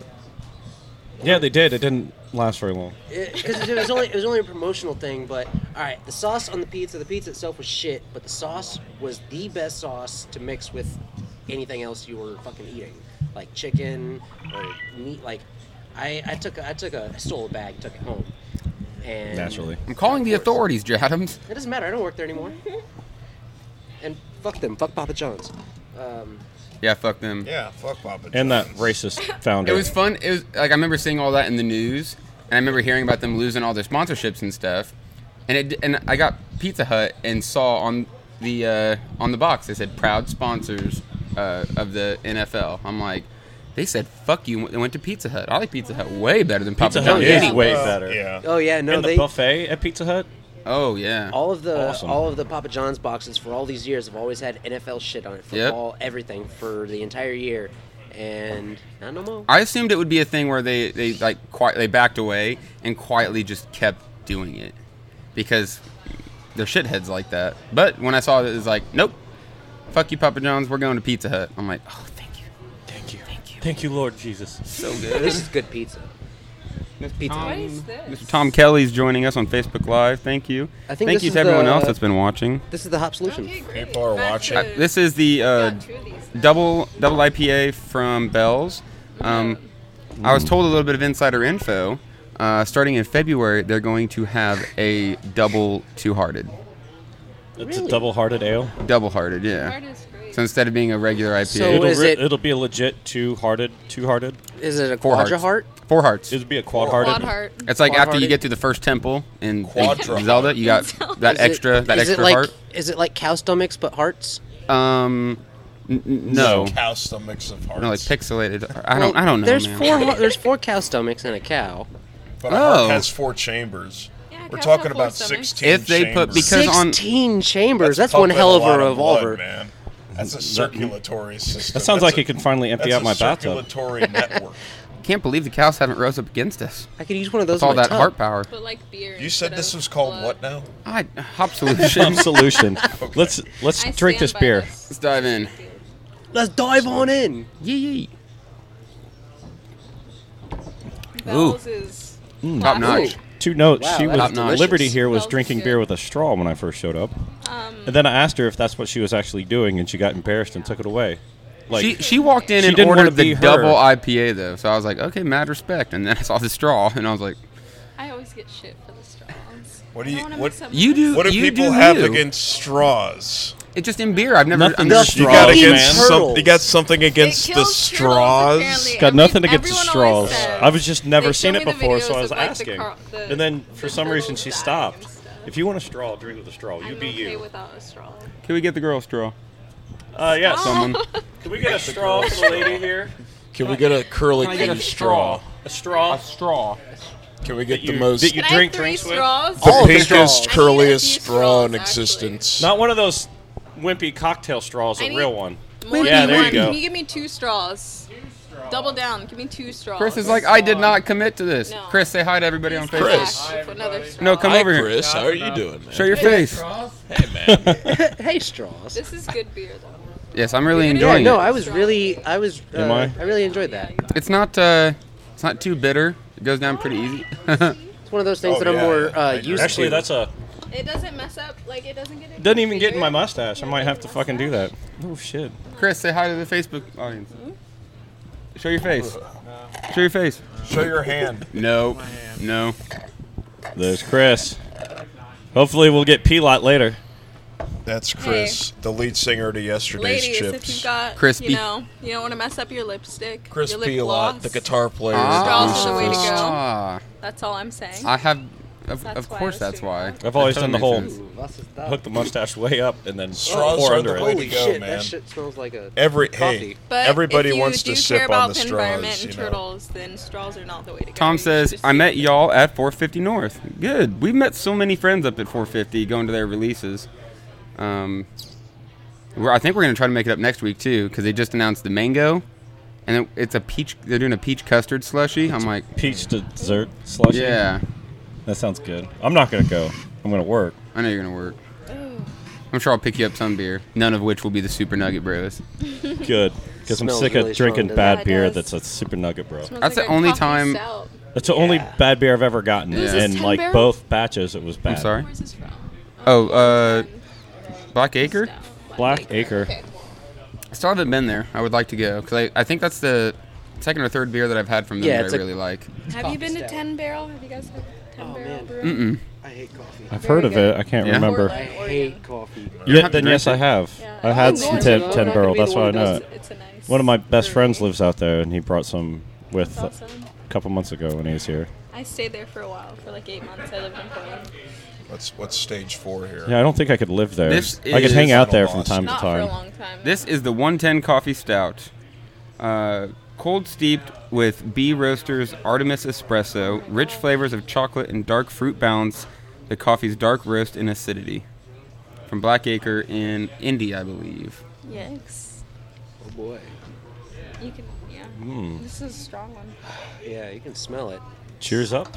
Speaker 3: Yeah, they did. It didn't last very long.
Speaker 8: because it, was only it was only a promotional thing. But all right, the sauce on the pizza, the pizza itself was shit, but the sauce was the best sauce to mix with anything else you were fucking eating, like chicken or meat. Like I, I took a, I took a I stole a bag, took it home, And
Speaker 3: Naturally.
Speaker 10: I'm calling the authorities, Jadams.
Speaker 8: It doesn't matter. I don't work there anymore. and fuck them. Fuck Papa John's. Um,
Speaker 10: Yeah, fuck them.
Speaker 11: Yeah, fuck Papa
Speaker 3: And that
Speaker 11: John's.
Speaker 3: racist founder.
Speaker 10: It was fun. It was like I remember seeing all that in the news, and I remember hearing about them losing all their sponsorships and stuff. And it and I got Pizza Hut and saw on the uh, on the box they said proud sponsors uh, of the NFL. I'm like, they said fuck you. They went to Pizza Hut. I like Pizza Hut way better than Papa
Speaker 3: Pizza Hut
Speaker 10: John's.
Speaker 3: is
Speaker 10: any-
Speaker 3: way
Speaker 11: Uh,
Speaker 3: better.
Speaker 11: Yeah.
Speaker 8: oh yeah, no,
Speaker 3: and the
Speaker 8: they
Speaker 3: buffet at Pizza Hut.
Speaker 10: Oh yeah.
Speaker 8: all of the
Speaker 3: Awesome.
Speaker 8: all of the Papa John's boxes for all these years have always had NFL shit on it.
Speaker 10: Yep.
Speaker 8: Football, everything for the entire year, and not no more.
Speaker 10: I assumed it would be a thing where they they like qui- they backed away and quietly just kept doing it because they're shitheads like that. But when I saw it, it was like, nope, fuck you, Papa John's. We're going to Pizza Hut. I'm like, oh, thank you.
Speaker 3: Thank you. Thank you, Lord Jesus.
Speaker 10: So
Speaker 8: this
Speaker 10: good.
Speaker 8: is good pizza.
Speaker 10: Mr. Tom,
Speaker 12: What is this?
Speaker 10: Mr. Tom Kelly's joining us on Facebook Live. Thank you.
Speaker 8: I think
Speaker 10: thank
Speaker 8: this
Speaker 10: you
Speaker 8: is
Speaker 10: to everyone
Speaker 8: the-
Speaker 10: else that's been watching.
Speaker 8: This is the hop solution.
Speaker 12: great.
Speaker 11: People are
Speaker 12: Back
Speaker 11: watching.
Speaker 12: to-
Speaker 10: Uh, this is the uh,
Speaker 12: got two of these.
Speaker 10: double double IPA from Bell's. Um, I was told a little bit of insider info. Uh, starting in February, they're going to have a double two hearted,
Speaker 3: It's a double-hearted ale.
Speaker 10: double hearted,
Speaker 12: Art
Speaker 10: yeah.
Speaker 12: is great.
Speaker 10: So instead of being a regular IPA,
Speaker 8: So
Speaker 3: it'll,
Speaker 8: is
Speaker 3: re-
Speaker 8: it-
Speaker 3: it'll be a legit two-hearted, two-hearted.
Speaker 8: Is it a
Speaker 10: Four
Speaker 8: quadra heart?
Speaker 10: hearts. four hearts.
Speaker 3: It'd be a
Speaker 12: Quad
Speaker 3: quad-hearted.
Speaker 12: heart.
Speaker 10: It's like after you
Speaker 8: Quad-hearted.
Speaker 10: get through the first temple in,
Speaker 11: Quadra.
Speaker 10: in Zelda, you got that
Speaker 8: Is it-
Speaker 10: extra that
Speaker 8: is
Speaker 10: extra
Speaker 8: it like,
Speaker 10: heart.
Speaker 8: Is it like cow stomachs but hearts?
Speaker 10: Um, n- n- no,
Speaker 11: Cow stomachs of hearts.
Speaker 10: no, like pixelated. I don't, I don't know.
Speaker 8: There's
Speaker 10: man.
Speaker 8: four. heart- There's four cow stomachs and a cow.
Speaker 11: But a heart
Speaker 10: Oh.
Speaker 11: has four chambers.
Speaker 12: Yeah,
Speaker 11: We're
Speaker 12: cows
Speaker 11: talking
Speaker 12: have four
Speaker 11: about
Speaker 12: stomachs.
Speaker 11: 16
Speaker 10: If they put-
Speaker 11: chambers.
Speaker 10: because- on-
Speaker 8: Sixteen chambers. That's, one
Speaker 11: pumping
Speaker 8: hell of a,
Speaker 11: lot
Speaker 8: revolver.
Speaker 11: blood, man. That's a circulatory system.
Speaker 3: That sounds
Speaker 11: That's
Speaker 3: like
Speaker 11: a-
Speaker 3: it can finally empty
Speaker 11: that's
Speaker 3: out my
Speaker 11: a
Speaker 3: bathtub.
Speaker 11: circulatory network.
Speaker 10: Can't believe the cows haven't rose up against us.
Speaker 8: I could use one of those.
Speaker 10: It's all
Speaker 8: in my
Speaker 10: that
Speaker 8: tub.
Speaker 10: heart power.
Speaker 12: But like beer.
Speaker 11: You said
Speaker 12: instead
Speaker 11: this
Speaker 12: of
Speaker 11: was called
Speaker 12: blood.
Speaker 11: what now?
Speaker 10: I hop solution.
Speaker 3: Solution. Let's let's
Speaker 12: I
Speaker 3: drink
Speaker 12: stand
Speaker 3: this
Speaker 12: by
Speaker 3: beer.
Speaker 10: Let's dive in.
Speaker 8: Let's dive on in.
Speaker 10: Yee yee.
Speaker 12: Bell's is
Speaker 11: Mm,
Speaker 10: Top notch.
Speaker 8: Ooh.
Speaker 3: Two notes.
Speaker 8: Wow,
Speaker 3: she
Speaker 8: that's
Speaker 3: was
Speaker 10: delicious.
Speaker 3: Liberty here was
Speaker 12: Smells
Speaker 3: drinking
Speaker 12: good.
Speaker 3: beer with a straw when I first showed up,
Speaker 12: Um,
Speaker 3: and then I asked her if that's what she was actually doing, and she got embarrassed and took it away. Like
Speaker 10: she she walked in
Speaker 3: She
Speaker 10: and
Speaker 3: didn't wanna
Speaker 10: ordered the
Speaker 3: be her.
Speaker 10: double IPA though, so I was like, okay, mad respect. And then I saw the straw, and I was like,
Speaker 12: I always get shit for the straws.
Speaker 11: What do
Speaker 12: I
Speaker 11: you-
Speaker 12: don't wanna
Speaker 11: what-
Speaker 12: mix up
Speaker 10: you
Speaker 12: my-
Speaker 10: do.
Speaker 11: What do
Speaker 10: you
Speaker 11: people
Speaker 10: do
Speaker 11: have
Speaker 10: you.
Speaker 11: against straws?
Speaker 10: It's just in beer. I've never.
Speaker 3: Nothing
Speaker 10: I've never-
Speaker 3: just
Speaker 11: You
Speaker 3: Straws,
Speaker 11: got
Speaker 3: man.
Speaker 11: against some,
Speaker 8: Turtles.
Speaker 11: you got something
Speaker 12: It
Speaker 11: against the
Speaker 12: kills turtles,
Speaker 11: straws.
Speaker 12: apparently.
Speaker 3: got
Speaker 12: Every-
Speaker 3: nothing against the
Speaker 12: everyone always
Speaker 3: straws.
Speaker 12: says-
Speaker 3: I've just
Speaker 12: they
Speaker 3: never seen
Speaker 12: show
Speaker 3: it
Speaker 12: me the
Speaker 3: before,
Speaker 12: videos
Speaker 3: so I was
Speaker 12: of, like, the
Speaker 3: asking.
Speaker 12: car- the-
Speaker 3: and then for
Speaker 12: the
Speaker 3: some reason
Speaker 12: turtles
Speaker 3: she
Speaker 12: die and
Speaker 3: stopped.
Speaker 12: stuff.
Speaker 3: If you want a straw, drink with a straw. You
Speaker 12: I'm
Speaker 3: be
Speaker 12: okay
Speaker 3: you.
Speaker 12: without a straw.
Speaker 10: Can we get the girl straw?
Speaker 3: Uh, yeah.
Speaker 10: Someone.
Speaker 3: Can we get a straw for the lady here?
Speaker 11: Can we get a curly
Speaker 10: I get a
Speaker 11: Q
Speaker 10: straw?
Speaker 3: A straw.
Speaker 10: straw.
Speaker 11: Can we get
Speaker 3: you-
Speaker 11: the most
Speaker 3: that you-
Speaker 11: the
Speaker 12: Can I
Speaker 3: drink
Speaker 12: have three
Speaker 3: drinks with?
Speaker 12: straws?
Speaker 10: Oh,
Speaker 8: All of the straws.
Speaker 11: pinkest,
Speaker 12: I need a few
Speaker 11: curliest straw in
Speaker 12: straws, actually.
Speaker 11: existence?
Speaker 3: Not one of those wimpy cocktail straws,
Speaker 12: I
Speaker 3: a
Speaker 12: need-
Speaker 3: real one.
Speaker 12: More
Speaker 3: Yeah,
Speaker 12: than
Speaker 3: there you
Speaker 12: one.
Speaker 3: go.
Speaker 12: Can you give me two straws? Double down. Give me two straws.
Speaker 10: Chris is like, I did not commit to this.
Speaker 12: No.
Speaker 10: Chris, say hi to everybody on
Speaker 12: Please
Speaker 10: Facebook.
Speaker 11: Chris.
Speaker 12: come back with another straw.
Speaker 10: No, come
Speaker 11: Hi,
Speaker 10: over here.
Speaker 11: Chris. How are you doing? Man?
Speaker 10: Show your face.
Speaker 8: Hey, straws.
Speaker 12: This is good beer though.
Speaker 10: Yes, I'm really
Speaker 12: Yeah,
Speaker 8: Yeah,
Speaker 10: enjoying
Speaker 8: no,
Speaker 10: it.
Speaker 8: I was really, I was, uh,
Speaker 3: Am I?
Speaker 8: I? really enjoyed that.
Speaker 10: It's not. Uh, it's not too bitter. It goes down pretty easy.
Speaker 8: It's one of those things
Speaker 11: Oh,
Speaker 8: that I'm
Speaker 11: yeah,
Speaker 8: more
Speaker 11: yeah.
Speaker 8: uh,
Speaker 11: I
Speaker 8: used to.
Speaker 3: Actually, that's a
Speaker 12: It doesn't mess up. Like it doesn't get.
Speaker 3: doesn't even get in my mustache. I might have to fucking do that. Oh shit.
Speaker 10: Chris, say hi to the Facebook audience. Show your face. Show your face.
Speaker 11: Show your hand.
Speaker 10: No. No.
Speaker 3: There's Chris. Hopefully, we'll get Pelot later.
Speaker 11: That's Chris, the lead singer to Yesterday's
Speaker 12: Ladies,
Speaker 11: Chips.
Speaker 12: if you've got,
Speaker 10: Crispy.
Speaker 12: you know, you don't want to mess up your lipstick.
Speaker 11: Chris
Speaker 12: your lip
Speaker 11: Pelot,
Speaker 12: gloss.
Speaker 11: the guitar player.
Speaker 10: Ah.
Speaker 11: of
Speaker 12: Straws are the way to
Speaker 11: Lucifer's.
Speaker 12: go.
Speaker 10: Ah,
Speaker 12: That's all I'm saying.
Speaker 10: I have. Of,
Speaker 12: That's
Speaker 10: of
Speaker 12: why I
Speaker 10: course,
Speaker 12: was
Speaker 10: that's
Speaker 12: doing
Speaker 10: why.
Speaker 12: that.
Speaker 3: I've always
Speaker 10: That
Speaker 3: done the
Speaker 10: totally
Speaker 3: whole
Speaker 10: makes sense.
Speaker 8: Ooh, that's a-
Speaker 3: hook the mustache way up and then
Speaker 11: Straws
Speaker 3: pour
Speaker 11: are
Speaker 3: under
Speaker 11: the
Speaker 3: it.
Speaker 11: way to
Speaker 8: Holy
Speaker 11: go,
Speaker 8: shit,
Speaker 11: man.
Speaker 8: that shit smells like a
Speaker 11: Every hey,
Speaker 8: Coffee.
Speaker 12: but
Speaker 11: everybody
Speaker 12: if you
Speaker 11: wants
Speaker 12: do
Speaker 11: to
Speaker 12: care
Speaker 11: sip
Speaker 12: about
Speaker 11: on the
Speaker 12: the environment
Speaker 11: straws.
Speaker 12: and
Speaker 11: You know.
Speaker 12: turtles, then straws are not the way to go.
Speaker 10: Tom
Speaker 12: You
Speaker 10: says,
Speaker 12: should
Speaker 10: I
Speaker 12: just
Speaker 10: met
Speaker 12: do
Speaker 10: y'all at 450 North. Good. We met so many friends up at 450 going to their releases. Um, we're, I think we're going to try to make it up next week, too, because they just announced the mango. And it, it's a peach. They're doing a peach custard slushy. I'm like,
Speaker 3: Peach dessert slushy.
Speaker 10: yeah,
Speaker 3: that sounds good. I'm not gonna go. I'm gonna work.
Speaker 10: I know you're going to work. I'm sure I'll pick you up some beer, none of which will be the Super Nugget Bros.
Speaker 3: Good, because I'm
Speaker 8: Smells
Speaker 3: sick
Speaker 8: really
Speaker 3: of drinking
Speaker 8: strong, doesn't
Speaker 3: bad
Speaker 12: it? Yeah,
Speaker 3: beer.
Speaker 12: it does.
Speaker 3: That's a super nugget, bro.
Speaker 12: It smells
Speaker 10: That's
Speaker 12: like
Speaker 10: the
Speaker 12: a
Speaker 10: only
Speaker 12: coffee
Speaker 10: time-
Speaker 12: stout.
Speaker 3: That's the only bad beer I've ever gotten,
Speaker 10: Who's this
Speaker 3: and
Speaker 12: Ten
Speaker 3: like
Speaker 12: Barrel?
Speaker 3: both batches, it was bad.
Speaker 10: I'm sorry.
Speaker 12: Where's this from?
Speaker 10: Oh, uh, Black Acre?
Speaker 12: Stout.
Speaker 3: Black Acre.
Speaker 12: Okay.
Speaker 10: I still haven't been there. I would like to go because I, I think that's the second or third beer that I've had from them
Speaker 8: Yeah,
Speaker 10: that I
Speaker 8: it's a-
Speaker 10: really like.
Speaker 12: Have you been to
Speaker 8: Stout.
Speaker 12: Ten Barrel? Have you guys had Ten
Speaker 8: Oh,
Speaker 12: Barrel
Speaker 8: man.
Speaker 12: brew?
Speaker 10: Mm-mm.
Speaker 8: I hate coffee.
Speaker 3: I've
Speaker 12: Very
Speaker 3: heard of
Speaker 12: good.
Speaker 3: it. I can't
Speaker 10: Yeah.
Speaker 3: remember.
Speaker 8: I hate coffee.
Speaker 3: Yeah,
Speaker 10: have to
Speaker 3: then
Speaker 10: drink
Speaker 3: yes, I
Speaker 10: it.
Speaker 3: have.
Speaker 12: Yeah.
Speaker 3: I
Speaker 12: I'm
Speaker 3: had
Speaker 12: going
Speaker 3: some
Speaker 12: to
Speaker 3: ten,
Speaker 12: though. I'm
Speaker 3: ten
Speaker 12: not
Speaker 3: barrel.
Speaker 12: gonna be
Speaker 3: That's
Speaker 12: the
Speaker 3: why I
Speaker 12: one who
Speaker 3: know
Speaker 12: does
Speaker 3: it.
Speaker 12: it. It's a nice
Speaker 3: One of my best friends
Speaker 12: brewery.
Speaker 3: lives out there, and he brought some with
Speaker 12: That's awesome.
Speaker 3: a couple months ago when he was here.
Speaker 12: I stayed there for a while, for like eight months. I lived in Portland.
Speaker 11: What's what's stage four here?
Speaker 3: Yeah, I don't think I could live there.
Speaker 10: This
Speaker 3: I could
Speaker 10: is-
Speaker 3: hang out there from
Speaker 11: Not
Speaker 3: time to
Speaker 12: Not for a
Speaker 3: time.
Speaker 12: long time.
Speaker 10: This is the 110 Coffee Stout. Uh, cold steeped with B Roasters Artemis Espresso, rich flavors of chocolate and dark fruit balance the coffee's dark roast and acidity. From Blackacre in India, I believe.
Speaker 12: Yikes.
Speaker 8: Oh boy.
Speaker 12: You can, yeah.
Speaker 3: Mm.
Speaker 12: This is a strong one.
Speaker 8: Yeah, you can smell it.
Speaker 3: Cheers up,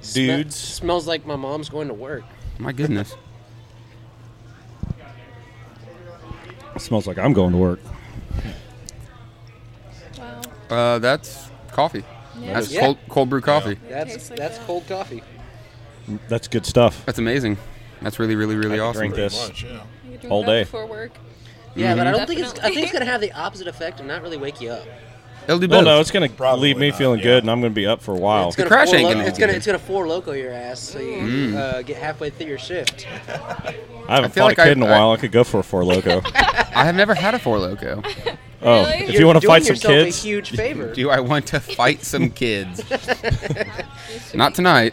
Speaker 8: Sme-
Speaker 3: dudes.
Speaker 8: smells like my mom's going to work.
Speaker 10: My goodness.
Speaker 3: Smells like I'm going to work.
Speaker 12: Wow.
Speaker 10: Uh, that's coffee. That's
Speaker 8: Yeah.
Speaker 10: cold, cold brew coffee.
Speaker 8: That's
Speaker 12: tastes like
Speaker 8: that's
Speaker 12: a-
Speaker 8: cold coffee.
Speaker 3: That's good stuff.
Speaker 10: That's amazing. That's really, really, really
Speaker 3: I could
Speaker 10: awesome.
Speaker 3: drink
Speaker 11: Pretty
Speaker 3: this.
Speaker 11: much, yeah.
Speaker 12: You can drink
Speaker 3: All
Speaker 12: that
Speaker 3: day.
Speaker 12: Before work.
Speaker 8: Yeah, but I don't think it's. I think it's
Speaker 12: Definitely.
Speaker 8: gonna have the opposite effect and not really wake you up.
Speaker 10: It'll do
Speaker 3: Well,
Speaker 10: both.
Speaker 3: no, it's gonna
Speaker 11: Probably
Speaker 3: leave me
Speaker 11: not,
Speaker 3: feeling
Speaker 11: yeah.
Speaker 3: good, and I'm gonna be up for a while.
Speaker 8: It's gonna
Speaker 10: crash
Speaker 8: four
Speaker 10: ain't
Speaker 8: lo-
Speaker 10: gonna
Speaker 8: It's
Speaker 10: help
Speaker 8: gonna
Speaker 10: you.
Speaker 8: it's gonna four loco your ass so you uh, get halfway through your shift.
Speaker 3: I haven't
Speaker 10: I
Speaker 3: fought
Speaker 10: feel
Speaker 3: a
Speaker 10: like
Speaker 3: kid
Speaker 10: I-
Speaker 3: in a while. I, could go for a four loco.
Speaker 10: I have never had a Four Loco.
Speaker 3: oh,
Speaker 12: Really?
Speaker 3: if
Speaker 12: You're
Speaker 3: you want to
Speaker 8: Doing
Speaker 3: fight some
Speaker 8: yourself
Speaker 3: kids,
Speaker 8: a huge favor.
Speaker 10: Do I want to fight some kids? Not tonight.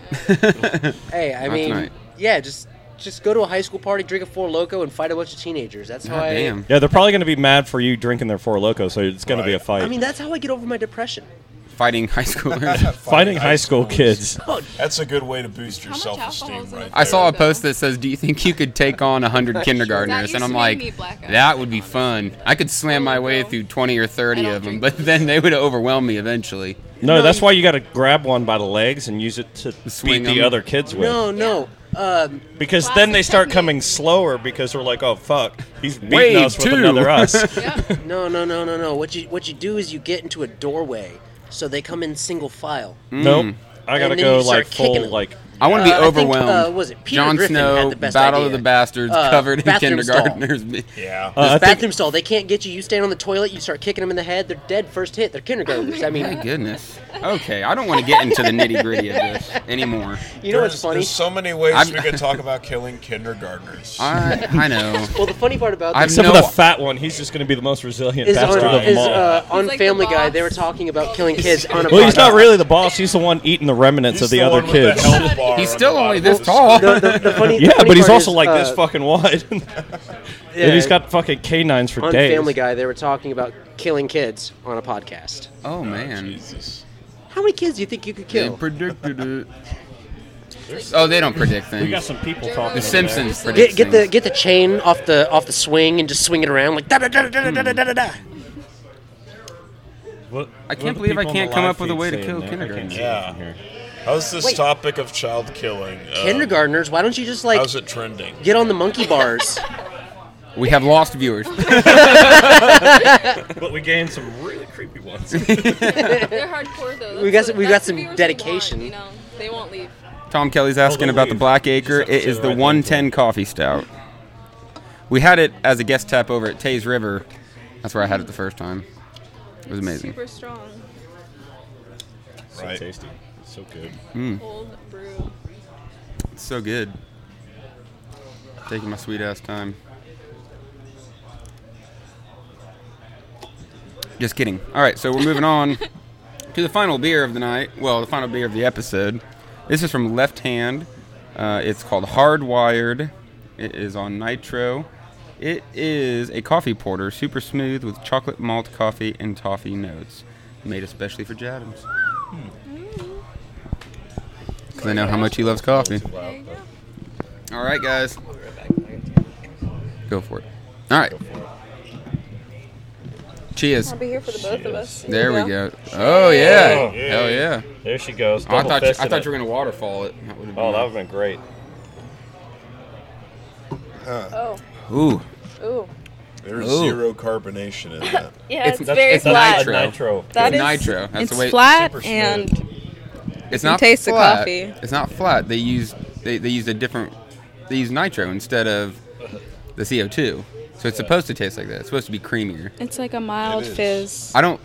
Speaker 8: hey, I
Speaker 10: Not
Speaker 8: mean,
Speaker 10: tonight.
Speaker 8: yeah, just just go to a high school party, drink a four loco, and fight a bunch of teenagers. That's how
Speaker 10: God
Speaker 8: I.
Speaker 10: damn.
Speaker 3: yeah, they're probably gonna be mad for you drinking their four loco. So it's gonna be a
Speaker 11: Right.
Speaker 3: fight.
Speaker 8: I mean, that's how I get over my depression.
Speaker 10: Fighting high schoolers.
Speaker 3: Fighting high school kids.
Speaker 11: That's a good way to boost your
Speaker 12: much
Speaker 11: self
Speaker 12: alcohol is
Speaker 11: esteem,
Speaker 12: in
Speaker 11: right?
Speaker 12: it?
Speaker 10: I saw a
Speaker 12: There.
Speaker 10: post that says, "Do you think you could take on 100 kindergartners?"
Speaker 12: used
Speaker 10: And I'm
Speaker 12: to make
Speaker 10: like,
Speaker 12: me black out,
Speaker 10: "That would be fun. I could slam my way through 20 or 30
Speaker 12: I don't
Speaker 10: of them,
Speaker 12: drink
Speaker 10: but then they would overwhelm me eventually."
Speaker 3: No, that's why you got to grab one by the legs and use it to
Speaker 10: Swing
Speaker 3: beat the
Speaker 10: 'em.
Speaker 3: other kids with.
Speaker 8: No, no. Um,
Speaker 3: because
Speaker 12: Classic
Speaker 3: then they start
Speaker 12: technique.
Speaker 3: coming slower because we're like, oh fuck, he's beating
Speaker 10: Wave
Speaker 3: us with
Speaker 10: two.
Speaker 3: another us.
Speaker 12: Yeah.
Speaker 8: no, no, no, no, no. What you what you do is you get into a doorway, so they come in single file.
Speaker 3: nope, I gotta
Speaker 8: And then
Speaker 3: go
Speaker 8: you start
Speaker 3: like
Speaker 8: kicking
Speaker 3: full
Speaker 8: them.
Speaker 3: like.
Speaker 10: I want to be
Speaker 8: Uh, I think,
Speaker 10: overwhelmed.
Speaker 8: uh, was it Peter
Speaker 10: Jon
Speaker 8: Griffin
Speaker 10: Snow,
Speaker 8: had the best
Speaker 10: Battle of
Speaker 8: idea.
Speaker 10: the Bastards,
Speaker 8: Uh,
Speaker 10: covered in
Speaker 8: bathroom stall.
Speaker 10: kindergartners.
Speaker 11: Yeah.
Speaker 3: Uh, I think
Speaker 8: Bathroom stall. They can't get you. You stand on the toilet. You start kicking them in the head. They're dead first hit. They're kindergartners. I
Speaker 10: My
Speaker 8: mean,
Speaker 10: goodness. Okay, I don't want to get into the nitty gritty of this anymore.
Speaker 8: you know what's
Speaker 11: There's-
Speaker 8: funny?
Speaker 11: There's so many ways
Speaker 10: I'm-
Speaker 11: we could talk about killing kindergartners.
Speaker 10: I I know.
Speaker 8: Well, the funny part about
Speaker 10: I've
Speaker 8: this
Speaker 3: except
Speaker 10: No,
Speaker 3: for the
Speaker 10: I-
Speaker 3: fat one, he's just gonna be the most resilient
Speaker 8: is
Speaker 3: bastard
Speaker 8: on,
Speaker 3: of them
Speaker 8: is,
Speaker 3: all.
Speaker 8: uh, on
Speaker 12: He's like the
Speaker 8: Family Guy. They were
Speaker 12: boss.
Speaker 8: talking about killing kids on a
Speaker 3: well, he's not
Speaker 8: podcast.
Speaker 3: really the boss. He's the one eating the remnants
Speaker 11: He's
Speaker 3: of the, other
Speaker 11: one with
Speaker 3: kids.
Speaker 11: health bar
Speaker 10: He's
Speaker 11: on
Speaker 10: still
Speaker 11: the
Speaker 10: only
Speaker 11: bottom
Speaker 10: this
Speaker 11: of his-
Speaker 10: tall.
Speaker 8: The, the, the funny, the
Speaker 3: yeah,
Speaker 8: funny
Speaker 3: but he's
Speaker 8: part
Speaker 3: also
Speaker 8: is,
Speaker 3: like this
Speaker 8: uh,
Speaker 3: fucking wide,
Speaker 8: yeah,
Speaker 3: and he's got fucking canines for
Speaker 8: on
Speaker 3: days.
Speaker 8: Family Guy. They were talking about killing kids on a podcast.
Speaker 10: Oh man.
Speaker 11: Jesus.
Speaker 8: How many kids do you think you could
Speaker 10: They
Speaker 8: kill?
Speaker 10: predicted it. Oh, they don't predict
Speaker 3: We got
Speaker 10: things.
Speaker 3: some people talking.
Speaker 10: The
Speaker 3: over
Speaker 10: Simpsons
Speaker 8: Get,
Speaker 10: predict
Speaker 8: get the
Speaker 10: things.
Speaker 8: get the chain off the off the swing and just swing it around like da da da da da da da da da.
Speaker 3: there. What-
Speaker 10: I
Speaker 3: what
Speaker 10: can't
Speaker 3: do
Speaker 10: believe I
Speaker 3: people on the
Speaker 10: can't come
Speaker 3: live
Speaker 10: up with a
Speaker 3: feed
Speaker 10: way to
Speaker 3: saying
Speaker 10: kill
Speaker 3: there? I can't
Speaker 10: kindergarten.
Speaker 3: see it from
Speaker 11: Yeah.
Speaker 3: here.
Speaker 11: How's this
Speaker 8: Wait.
Speaker 11: topic of child killing? um,
Speaker 8: Kindergartners, why don't you just like
Speaker 11: How's it trending?
Speaker 8: get on the monkey bars?
Speaker 10: We have lost viewers.
Speaker 3: But we gained some really creepy ones.
Speaker 12: They're hardcore though.
Speaker 8: We got
Speaker 12: That's
Speaker 8: some-
Speaker 12: what-
Speaker 8: we got
Speaker 12: that's
Speaker 8: some
Speaker 12: the viewers we want,
Speaker 8: dedication.
Speaker 12: you know, they won't leave.
Speaker 10: Tom Kelly's asking
Speaker 3: don't
Speaker 10: about the
Speaker 3: leave.
Speaker 10: Black
Speaker 3: You
Speaker 10: Acre.
Speaker 3: just have to
Speaker 10: It
Speaker 3: say
Speaker 10: is
Speaker 3: the
Speaker 10: the
Speaker 3: right thing.
Speaker 10: 110 Coffee Stout. We had it as a guest tap over at Tays River. That's where I had it the first time. It was amazing.
Speaker 12: Super strong.
Speaker 3: so
Speaker 11: Right.
Speaker 3: tasty. It's so good.
Speaker 12: Old brew.
Speaker 10: It's so good. Taking my sweet ass time. Just kidding. All right, so we're moving on to the final beer of the night. Well, the final beer of the episode. This is from Left Hand. Uh, it's called Hardwired. It is on Nitro. It is a coffee porter, super smooth with chocolate malt coffee and toffee notes, made especially for Jadams. Hmm. Because I know how much he loves coffee.
Speaker 12: There you go.
Speaker 10: All right, guys. Go for it. All right. Cheers.
Speaker 12: I'll be here for the both of us.
Speaker 10: There we go. Oh yeah.
Speaker 3: Oh,
Speaker 10: Hell yeah.
Speaker 3: There she goes.
Speaker 10: Oh, I
Speaker 3: double
Speaker 10: thought you, I
Speaker 3: fisting
Speaker 10: thought
Speaker 3: it.
Speaker 10: you were gonna waterfall it. That would have
Speaker 3: Oh, that would have
Speaker 10: been.
Speaker 3: been great.
Speaker 12: Oh,
Speaker 10: Ooh.
Speaker 12: ooh.
Speaker 11: There's
Speaker 10: Ooh.
Speaker 11: zero carbonation in that.
Speaker 12: Yeah,
Speaker 10: It's-
Speaker 12: it's,
Speaker 10: that's-
Speaker 12: very
Speaker 10: it's a
Speaker 12: flat.
Speaker 10: nitro.
Speaker 3: Nitro.
Speaker 12: That
Speaker 10: It's
Speaker 12: is
Speaker 10: nitro. That's
Speaker 12: it's
Speaker 10: the way it's
Speaker 12: flat
Speaker 11: super smooth.
Speaker 12: and
Speaker 10: It's
Speaker 12: You
Speaker 10: not
Speaker 12: taste the
Speaker 10: flat.
Speaker 12: coffee.
Speaker 10: It's not flat. They use they, they used a different they use nitro instead of the CO2. So it's supposed to taste like that. It's supposed to be creamier.
Speaker 12: it's like a mild
Speaker 11: is.
Speaker 12: fizz.
Speaker 10: I don't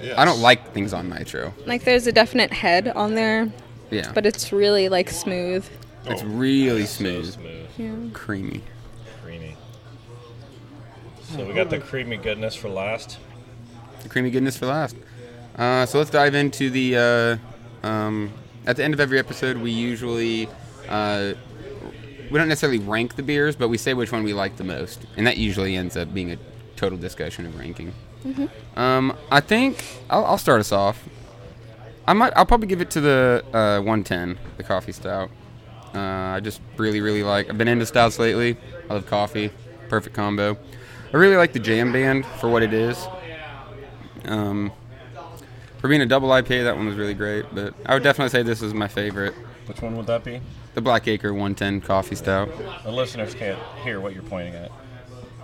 Speaker 11: Yes.
Speaker 10: I don't like things on nitro.
Speaker 12: Like there's a definite head on there,
Speaker 10: Yeah,
Speaker 12: but it's really like smooth.
Speaker 10: it's really
Speaker 2: So
Speaker 10: smooth,
Speaker 2: smooth.
Speaker 12: Yeah.
Speaker 10: creamy.
Speaker 2: Creamy. So we got the creamy goodness for last.
Speaker 10: The creamy goodness for last. Uh, so let's dive into the. Uh, um, at the end of every episode, we usually uh, we don't necessarily rank the beers, but we say which one we like the most, and that usually ends up being a total discussion of ranking. Um, I think I'll, I'll start us off. I might. I'll probably give it to the uh, 110, the coffee stout. Uh, I just really, really like. I've been into stouts lately. I love coffee. Perfect combo. I really like the jam band for what it is. Um, for being a double IPA, that one was really great. But I would definitely say this is my favorite.
Speaker 2: Which one would that be?
Speaker 10: The Black Acre 110 Coffee Stout.
Speaker 2: The listeners can't hear what you're pointing at.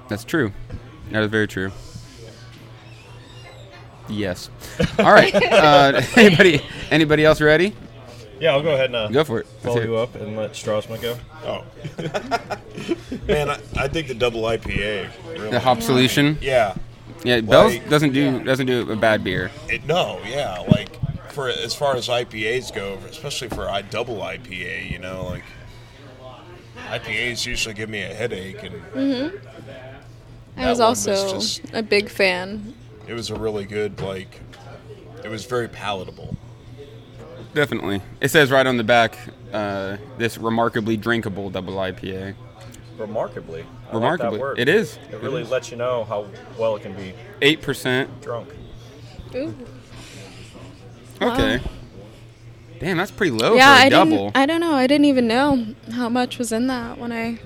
Speaker 10: That's true. That is very true. Yes. All right. Uh, anybody? Anybody else ready?
Speaker 2: Yeah, I'll go ahead and uh,
Speaker 10: Go for it. Let's
Speaker 2: follow
Speaker 10: hear it.
Speaker 2: you up and let Straussman go.
Speaker 11: Oh. Man, I, I think the double IPA. Really.
Speaker 10: The hop solution.
Speaker 11: Yeah.
Speaker 10: Yeah, Bell's
Speaker 11: Like-
Speaker 10: doesn't do doesn't do a bad beer.
Speaker 11: It, no, yeah, like for as far as IPAs go, especially for I double IPA, you know, like IPAs usually give me a headache, and
Speaker 12: I was
Speaker 11: one
Speaker 12: also
Speaker 11: was just-
Speaker 12: a big fan.
Speaker 11: it was a really good like. It was very palatable.
Speaker 10: Definitely. It says right on the back, uh, this remarkably drinkable double IPA.
Speaker 2: Remarkably. I like that
Speaker 10: Remarkably,
Speaker 2: word.
Speaker 10: it is.
Speaker 2: It really lets you know how well it can be
Speaker 10: Eight percent.
Speaker 2: drunk.
Speaker 12: Ooh.
Speaker 10: Okay. Damn, that's pretty low
Speaker 12: yeah,
Speaker 10: for a
Speaker 12: I
Speaker 10: double.
Speaker 12: didn't. I don't know. I didn't even know how much was in that when I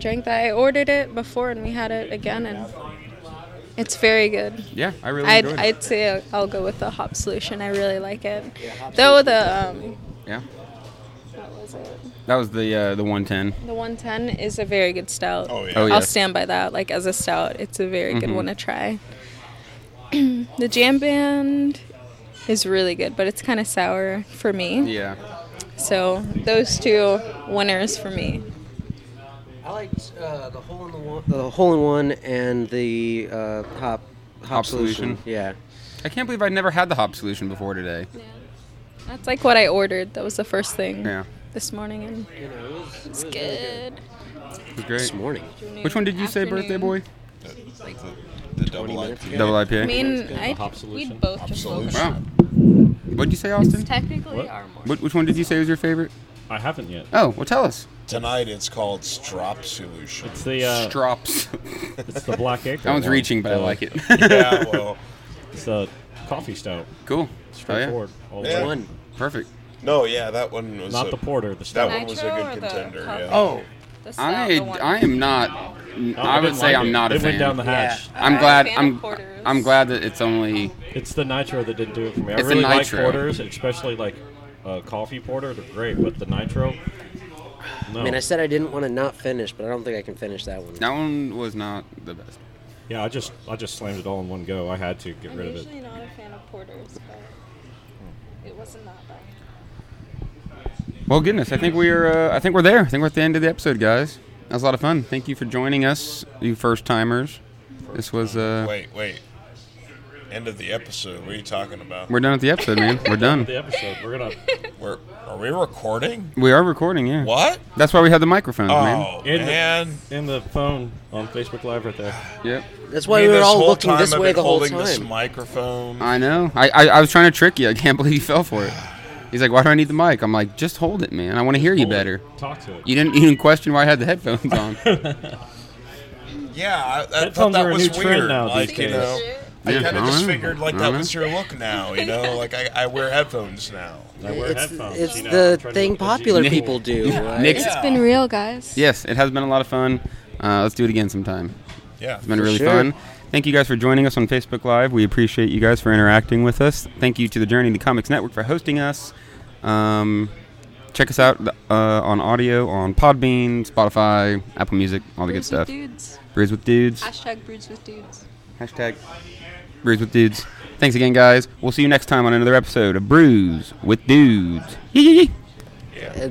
Speaker 12: drank that. I ordered it before and we had it again, and it's very good.
Speaker 10: yeah, I really
Speaker 12: I'd,
Speaker 10: enjoyed it.
Speaker 12: I'd say I'll go with the hop solution. I really like it. Though the um,
Speaker 10: Yeah,
Speaker 12: what was it?
Speaker 10: that was the uh, the 110.
Speaker 12: The 110 is a very good stout.
Speaker 11: Oh yeah,
Speaker 10: Oh Mm-hmm. yeah.
Speaker 12: I'll stand by that. Like as a stout, it's a very good one to try. the jam band is really good, but it's kind of sour for me.
Speaker 10: Yeah.
Speaker 12: So those two winners for me.
Speaker 8: I liked uh, the hole in the one, the hole in one, and the uh, hop hop,
Speaker 10: Hop
Speaker 8: solution.
Speaker 10: solution.
Speaker 8: Yeah,
Speaker 10: I can't believe I'd never had the hop solution before today.
Speaker 12: That's like what I ordered. That was the first thing
Speaker 10: Yeah,
Speaker 12: this morning, and
Speaker 8: you know, it was,
Speaker 12: it's good.
Speaker 10: it was great.
Speaker 8: This morning,
Speaker 10: Which one did you say, birthday boy?
Speaker 11: like the, the double
Speaker 8: minutes
Speaker 11: IPA.
Speaker 8: ago.
Speaker 10: Double
Speaker 12: I
Speaker 10: IPA.
Speaker 12: mean, I
Speaker 3: Hop
Speaker 12: we
Speaker 3: solution.
Speaker 12: both just
Speaker 11: solution.
Speaker 10: wow. Oh. What'd you say, Austin?
Speaker 12: technically our morning.
Speaker 10: What, which one did you say was your favorite?
Speaker 3: I haven't yet.
Speaker 10: Oh, well, tell us.
Speaker 11: Tonight it's called Strop Solution.
Speaker 3: It's the uh,
Speaker 10: Strops.
Speaker 3: it's the black acre.
Speaker 10: That one's
Speaker 3: one.
Speaker 10: reaching, but I
Speaker 3: Uh,
Speaker 10: like it.
Speaker 11: yeah, well,
Speaker 3: It's the coffee stout.
Speaker 10: cool. Oh, yeah.
Speaker 3: Straightforward. all the
Speaker 11: Yeah.
Speaker 3: way.
Speaker 8: one.
Speaker 10: Perfect.
Speaker 11: no, yeah, that one was
Speaker 3: Not
Speaker 11: a-
Speaker 3: the porter. The
Speaker 11: That
Speaker 3: stout.
Speaker 11: one was a
Speaker 12: Nitro
Speaker 11: good
Speaker 12: or the
Speaker 11: contender.
Speaker 12: coffee?
Speaker 11: Yeah.
Speaker 10: Oh,
Speaker 12: The stout,
Speaker 10: I
Speaker 12: the one-
Speaker 10: I am not.
Speaker 3: Oh,
Speaker 10: I would
Speaker 3: didn't
Speaker 10: say
Speaker 3: like
Speaker 10: I'm
Speaker 3: it.
Speaker 10: not a
Speaker 3: it
Speaker 10: fan.
Speaker 3: went down the hatch.
Speaker 10: I'm
Speaker 12: Not a
Speaker 10: glad.
Speaker 12: fan of
Speaker 10: I'm.
Speaker 12: porters.
Speaker 10: I'm glad that it's only.
Speaker 3: It's the nitro that didn't do it for me. I
Speaker 10: It's the
Speaker 3: really like
Speaker 10: nitro.
Speaker 3: porters, especially like uh, coffee porter. They're great, but the nitro. No.
Speaker 8: I mean, I said I didn't want to not finish, but I don't think I can finish that one.
Speaker 10: That one was not the best.
Speaker 3: yeah, I just I just slammed it all in one go. I had to get
Speaker 12: I'm
Speaker 3: rid of it.
Speaker 12: usually not a fan of porters, but it wasn't that bad.
Speaker 10: Well, goodness, I think we're. Uh, I think we're there. I think we're at the end of the episode, guys. That was a lot of fun. Thank you for joining us, you first timers. This was. Uh,
Speaker 11: Wait, wait. End of the episode. What are you talking about?
Speaker 10: we're done with the episode, man. We're done.
Speaker 3: The episode we're gonna
Speaker 11: We're, are we recording?
Speaker 10: We are recording, yeah.
Speaker 11: What?
Speaker 10: That's why we have the
Speaker 3: Mm-hmm.
Speaker 10: microphones, man.
Speaker 11: Oh
Speaker 3: In the-
Speaker 11: man.
Speaker 3: in the phone on Facebook Live right there.
Speaker 10: Yep.
Speaker 8: That's why
Speaker 11: Me
Speaker 8: we were
Speaker 11: this
Speaker 8: all
Speaker 11: whole
Speaker 8: looking
Speaker 11: time
Speaker 8: this
Speaker 11: I've
Speaker 8: way
Speaker 11: been
Speaker 8: the whole
Speaker 11: holding This
Speaker 8: time.
Speaker 3: Uh,
Speaker 11: microphone.
Speaker 10: I know. I, I, I was trying to trick you. I can't believe you fell for it. He's like, "Why do I need the mic?" I'm like, "Just hold it, man. I want to hear you
Speaker 3: Hold it.
Speaker 10: better."
Speaker 3: Talk to it.
Speaker 10: You didn't even question why I had the headphones on.
Speaker 11: yeah, I, I thought
Speaker 3: Headphones
Speaker 11: that
Speaker 3: are a
Speaker 11: was
Speaker 3: new
Speaker 11: weird.
Speaker 3: trend now
Speaker 11: like,
Speaker 3: these
Speaker 11: you
Speaker 3: days.
Speaker 11: know, I
Speaker 10: Yeah,
Speaker 11: kind
Speaker 10: I
Speaker 11: of just
Speaker 10: know.
Speaker 11: figured like
Speaker 10: I
Speaker 11: that
Speaker 10: know.
Speaker 11: was your look now. You know, like I, I wear headphones now.
Speaker 3: I wear
Speaker 8: It's,
Speaker 3: headphones,
Speaker 8: it's
Speaker 3: you know, I'm
Speaker 8: the
Speaker 3: trying to
Speaker 8: thing
Speaker 3: look edgy.
Speaker 8: popular
Speaker 10: Nick-
Speaker 8: people do. right?
Speaker 10: Nick's-
Speaker 12: It's been real, guys.
Speaker 10: yes, it has been a lot of fun. Uh, let's do it again sometime.
Speaker 11: Yeah.
Speaker 10: It's been really
Speaker 8: sure.
Speaker 10: fun. Thank you guys for joining us on Facebook Live. We appreciate you guys for interacting with us. Thank you to the Journey to Comics Network for hosting us. Um, check us out uh, on audio on Podbean, Spotify, Apple Music, all the
Speaker 12: Brews
Speaker 10: good
Speaker 12: with
Speaker 10: stuff.
Speaker 12: dudes.
Speaker 10: Brews with dudes.
Speaker 12: Hashtag brews with dudes.
Speaker 10: Hashtag Brews with Dudes. Thanks again, guys. We'll see you next time on another episode of Brews with Dudes. Yee, yee, yee.
Speaker 8: And